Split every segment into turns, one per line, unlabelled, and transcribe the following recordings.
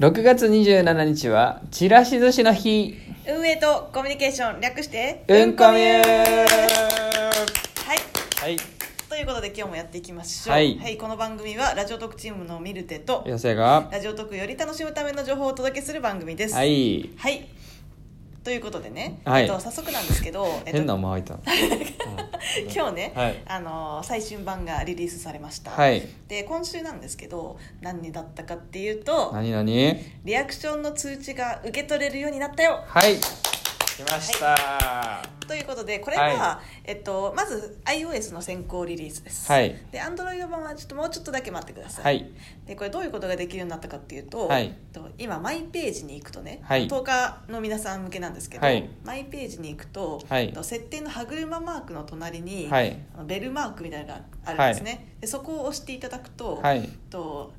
6月27日はちらし寿司の日
運営とコミュニケーション略して
うんこみゅー
はい
はい
ということで今日もやっていきましょう
はい
この番組はラジオトークチームのミルテと
寄せが
ラジオトークより楽しむための情報をお届けする番組です
は、い
はいということでね、
はい
えっと、早速なんですけど、えっと、
変な間空いた
今日ね、
はい
あのー最新版がリリースされました、
はい
で今週なんですけど何だったかっていうと
何何
リアクションの通知が受け取れるようになったよ
はい来ました
ということでこれは、
は
えっと、まず iOS の先行リリースです、
はい
で Android 版はちょっともうちょっとだけ待ってください、
はい
でこれどういうことができるようになったかっていうと、
はい
えっと今マイページに行くとね、
はい
10日の皆さん向けなんですけど、
はい
マイページに行くと、
はい
えっと設定の歯車マークの隣に、
はい
あのベルマークみたいなのがあるんですね、でそこを押していただくと、
は
えっ
い
と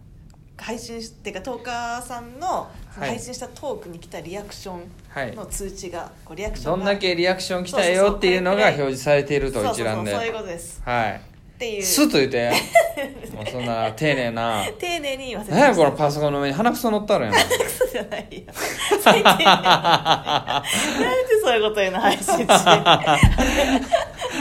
配信しっていうかトーカーさんのその
はい
配信したトークに来たリアクショ
はい
ンの通知が、こうリアクショ
ど
ン
ん
が
だけリアクション来たよっていうのが表示されていると一覧で
そうそうそうそういうことです
はい
っていう
スッと言って もうそんな丁寧な
丁寧に言わせて
何やこのパソコンの上に鼻くそ乗ったのやん
クソじゃない よ最低限なんでそういうこと言うの配信中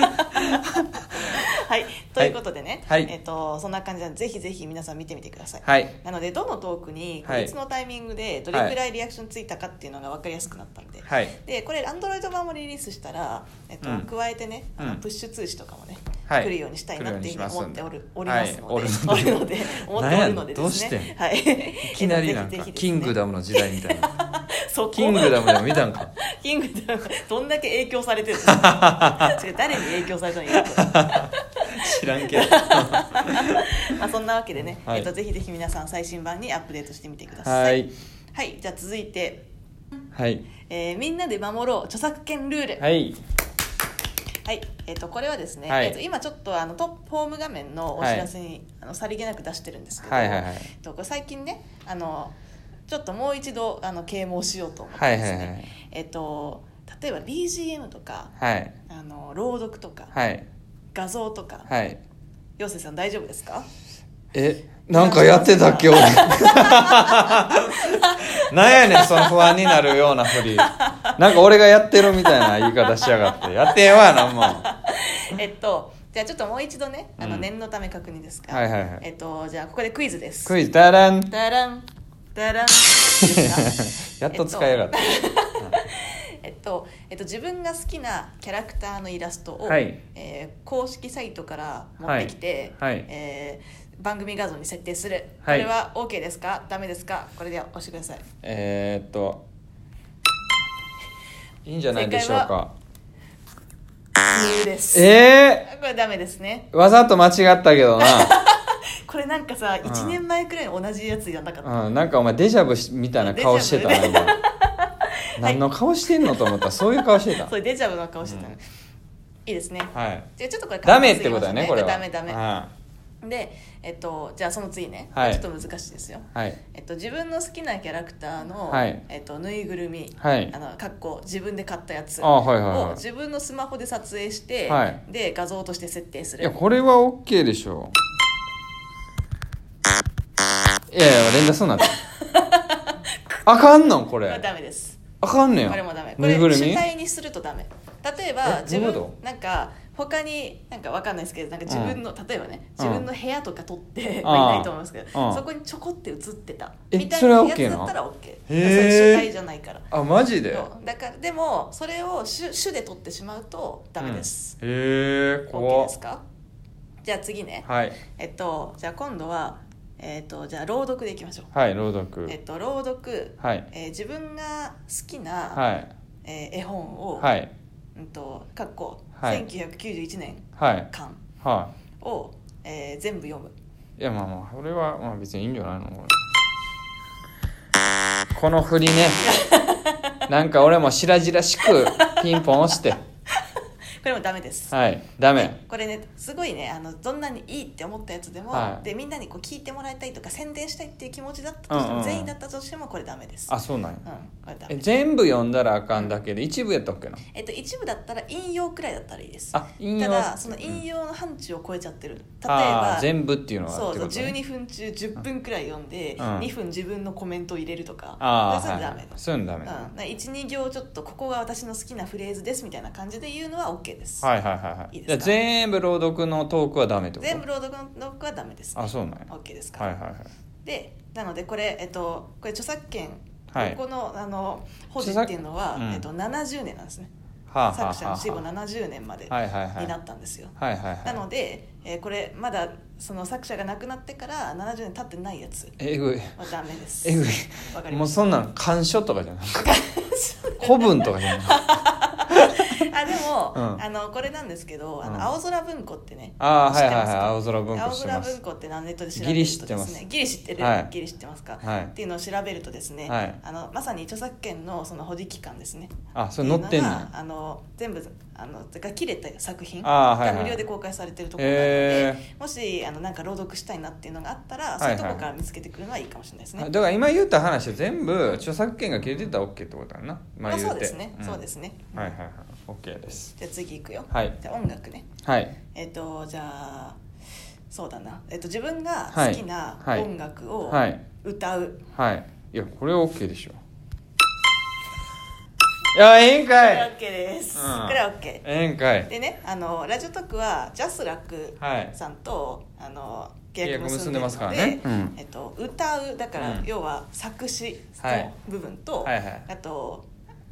はいということでね、
はい
えっとそんな感じなんでぜひぜひ皆さん見てみてください、
はい
なのでどのトークに
はい
いつのタイミングでどれくらいリアクションついたかっていうのが分かりやすくなったんで、
はい
でこれアンドロイド版もリリースしたら、えっと
うん
加えてねあの、
うん
プッシュ通知とかもね、
はい
来るようにしたいなっていうふうに思っておるお
来
り
るよう
ま
に
す
し
ので、
ますんで
お
はい
るので思っておるのでです
なんや
ねはい
いきなりなん
えっ
か
とぜひぜひですね
キングダムの時代みたいな
そこ
キングダムでも見たんか
キングダムどんだけ影響されて るの違う誰に影響されたのか、
知らんけど
まあ、そんなわけでね、
はい
えっとぜひぜひ皆さん最新版にアップデートしてみてくだ
は
さい
い
はいじゃあ続いて、
はい
えーみんなで守ろう著作権ルール」はい、
はい
えっとこれはですね、
はい
えっと今ちょっとあのトップホーム画面のお知らせに、あのさりげなく出してるんですけど、
はいはいはい
えっとこれ最近ねあのちょっともう一度あの啓蒙しようと思って
は
で
い
す
は
ね、
いはい
えっと例えば BGM とか
はい
あの朗読とか
はい
画像とか、
はい
陽生さん大丈夫ですか
えなんかやってたっけ 俺なんやねんその不安になるようなふりなんか俺がやってるみたいな言い方しやがってやってへんわなんも
えっとじゃあちょっともう一度ねあの
うん
念のため確認ですが、
はいはいはい
えっとじゃあここでクイズです
クイズダラン
ダランダランです か
やっと使いやがった、
えっと、 えっと、自分が好きなキャラクターのイラストを、
はい
えー公式サイトから持ってきて、
はいはい
えー番組画像に設定する、
はい
これは OK ですかダメですかこれで押してください
えー、っといいんじゃないでしょうか
理由です
え
これダメですね
ー、わざと間違ったけどな、
これなんかさ
ん
1年前くらいの同じやつやんなかった、
うん、なんかお前デジャブしみたいな顔してたな
デジャ
今何の顔してんのと思ったらそういう顔 してた
それデジャブの顔してた、
うん
いいですね
はい
じゃあちょっとこれ
ダメってことだよねこれは
ダメダメ
は
でえっとじゃあその次ね、
はい
ちょっと難しいですよ
いはい
えっと、自分の好きなキャラクターの、
はい
えっと、ぬいぐるみ、
はい
あのかっこ自分で買ったやつ
あはいはいはい
を自分のスマホで撮影して、
はい
で画像として設定す
い
る
やこれは OK でしょいやいや連打すんなって あかんのこ
これは
れ
ダメです
あかんねや
これもダメこ
ぬい
れ
ぐる
主
み
体にするとダメ例えば
え
自
どういう
分
こ
なんか他になんかわかんないですけどなんか自分の、例えばね
うん
自分の部屋とか撮って、
ん
まあいないと思いますけど、
うん
そこにちょこって映ってた
え
みたい
それ
な
は
やつ
OK な
だったら OK そ
へー
れ主体じゃないから
あマジで
そうだからでもそれを主主で撮ってしまうとダメです、
うんへえ
OK
怖っ
ですかじゃあ次ね、
はい
えっとじゃあ今度はえっとじゃあ朗読でいきましょう
はい朗読
えっと朗読、
はい
えー自分が好きな、
はい
えー絵本を、
はい
うんとかっこ、
はい
1991年
はい
間
は
を、えー全部読む
いいやまあまあこれはまあ別にいいんじゃないのこれこの振りねなんか俺も白々しくピンポン押して
これもダメです
はいダメ
これねすごいねあのどんなにいいって思ったやつでも、
はい
でみんなにこう聞いてもらいたいとか宣伝したいっていう気持ちだったとしても、
うんうんうん
全員だったとしてもこれダメです
あそうなんや
うんこれダ
え
メ
全部読んだらあかんだけで一部やったっけな
えっと一部だったら引用くらいだったらいいです
あ引用
ただその引用の範疇を超えちゃってる例え
あ
ば
ー全部っていうのは
そう
って
そう
ことね
12分中10分くらい読んで、
うん
2分自分のコメントを入れるとか
あ
そ
あ
れ
は
はいダ
は
メ
いそういうのダメね
うん、12行ちょっとここが私の好きなフレーズですみたいな感じで言うのは OK です、
はいはいはいはい
いい
じゃ
で
あ
すか
全部朗読のトークはダメってこと
全部朗読の僕はダメです、
あそうなんや
OK ですか、
はいはいはい
でなのでこれ、えっと、これ著作権、
はい
ここのあの保持っていうのは、
著作うん
えっと、70年なんですね、
はあはあはあ
作者の死後70年まで
はいはいはい
になったんですよ、
はいはいはい
なので、えーこれまだその作者が亡くなってから70年経ってないやつ
えぐい
はダメです
えぐ
わか
い
り
も
ま
う
し
そんなん鑑賞とかじゃない古文とかじゃない
たあでも、
うん
あのこれなんですけどあの、
うん
青空文庫ってね
ああ
知
は
っ
い
て
はい
ます
はい
か
青空文庫
青
して
空
ます
文庫って何ネットで調べ
ギ
る
リ知っ
と
て
で
ますす
ねギリ知ってる、
はい
ギリ知ってますか、
はい
っていうのを調べるとですね、
はい
あのまさに著作権のその保持期間ですね
あそれ載ってんの
いうのがあの全部あのが切れた作品
あーはいは
が
い
無料で公開されてるところなので、
え
もしあのなんか朗読したいなっていうのがあった
いは
ら、
い
そういうところから見つけてくるのはいいかもしれないですね、
ーだから今言った話は全部著作権が切れてたら OK ってことだなま
ま
あ
あ、
言て
そうですね、
ん
そうですね、
はいはいはい OK です
じゃあ次いくよ、
はい
じゃあ音楽ね
はい
えっ、とじゃあそうだな、えっと自分が好きな
はいはい
音楽を
はい
歌う、
はいいやこれは OK でしょいやええんかい
これは OK です、
うん
これは OK
ええんかい
でねあのラジオトークはジャスラック
はい
さんと、あの
契
契
約
約
結ん
結
で
んで
ま
ますす
か
からら
ね
ね、
うん
えっと、歌うだから、
うん
要は作詞
はい
の部分と、
はいはい
あと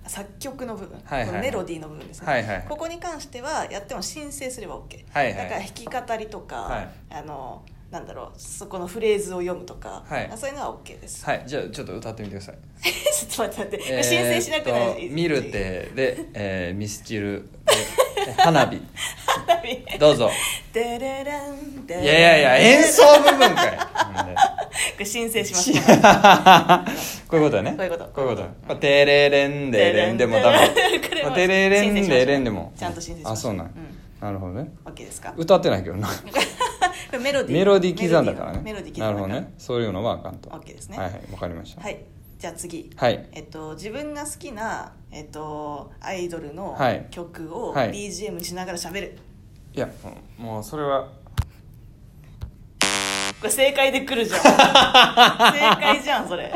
作曲の部分、
はいはい
このメロディーの部分ですね、
はいはい
ここに関してはやっても申請すれば OK、
はいはい
だから弾き語りとか、
はい
あのなんだろうそこのフレーズを読むとか、
はい
そういうのは OK です、
はいじゃあちょっと歌ってみてください
ちょっと待って待って、 申請しなくな
えー
い
っと見る
いい
てで、えーミスチルで花火
花火
どうぞ
デレレンデレレン
いやいやいや演奏部分かいほんで
これ申請しま す
こういうことだね
こういうこと
こういうことだまあテレレンデレンでもダメ
これは
まあテレレンデレンでも
ちゃんと申請しました
あそうなんや
うん
なるほどね
OK ですかこ
歌ってないけど な
れメロディー
メロディー刻んだからね
メロディー
なる
刻
ほど
んだから
ねそういうのはあかんと
OK ですね
はいはいわかりました
はいじゃあ次
はい
えっと自分が好きなえっとアイドルの
はい
曲を
はい
BGM にしながら喋る
いやもうそれは
これ正解でく るじゃん正解じゃんそれ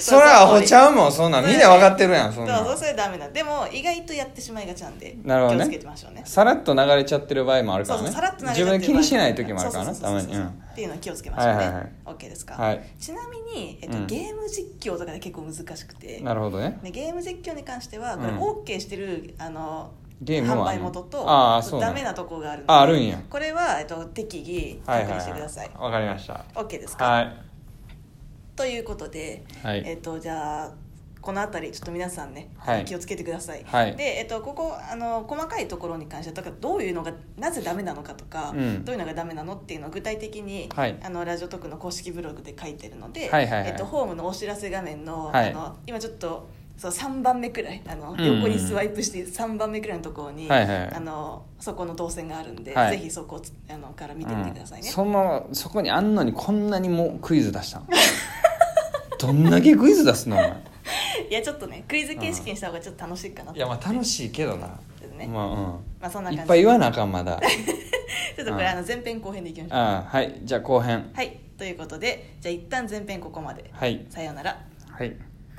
それはアホち
う
ゃうもんそんなんみんなわかってるやん
そ
そん
う
なん
そうそれダメだでも意外とやってしまいがちなんで
なるほどね
気をつけてましょうね
さらっと流れちゃってる場合もあるか
そう
ら
そう
ね
さらっと流れち
自
ゃっ
分
てる
で気にしない時もあるから
そ
な
うそ
た
うそ
ま
うそう
にうん
っていうのは気をつけましょうね、
はいはいはい
OK ですか、
はい
ちなみに、えっ
う
と
ん
ゲーム実況とかで結構難しくて
なるほどね
でゲーム実況に関してはこれ
うん
OK してる、あの
ゲームは
販売元と
ああそうなんや
ダメなとこがあるので
ああるんや
これは、えっと、適宜
はい
確
はい
認してください,、
はいわかりました
OK ですか、
はい
ということで、
はい
えっとじゃあこの辺りちょっと皆さんね、
はい
気をつけてください、
はい
で、えっと、ここあの細かいところに関してだからどういうのがなぜダメなのかとか、
うん
どういうのがダメなのっていうのを具体的に、
はい
あのラジオトークの公式ブログで書いてるので、
はいはいはい
えっと、ホームのお知らせ画面の,、
はい
あの今ちょっとそう3番目くらいあの、
うん
横にスワイプして3番目くらいのところに、
はいはいはい
あのそこの動線があるんで、
はい
ぜひそこをつあのから見てみてくださいね、
うんそのそこにあんのにこんなにもクイズ出したの どんだけクイズ出す のお前
いやちょっとねクイズ形式にした方がちょっと楽しいかなと
いやまあ楽しいけどな、
ね
まあうん
まあそんな感
い
じ
っぱい言わなあかんまだ
ちょっとこれあの前編後編でいきましょう
ああはいじゃあ後編
はいということでじゃあ一旦前編ここまで
はい
さようなら
はい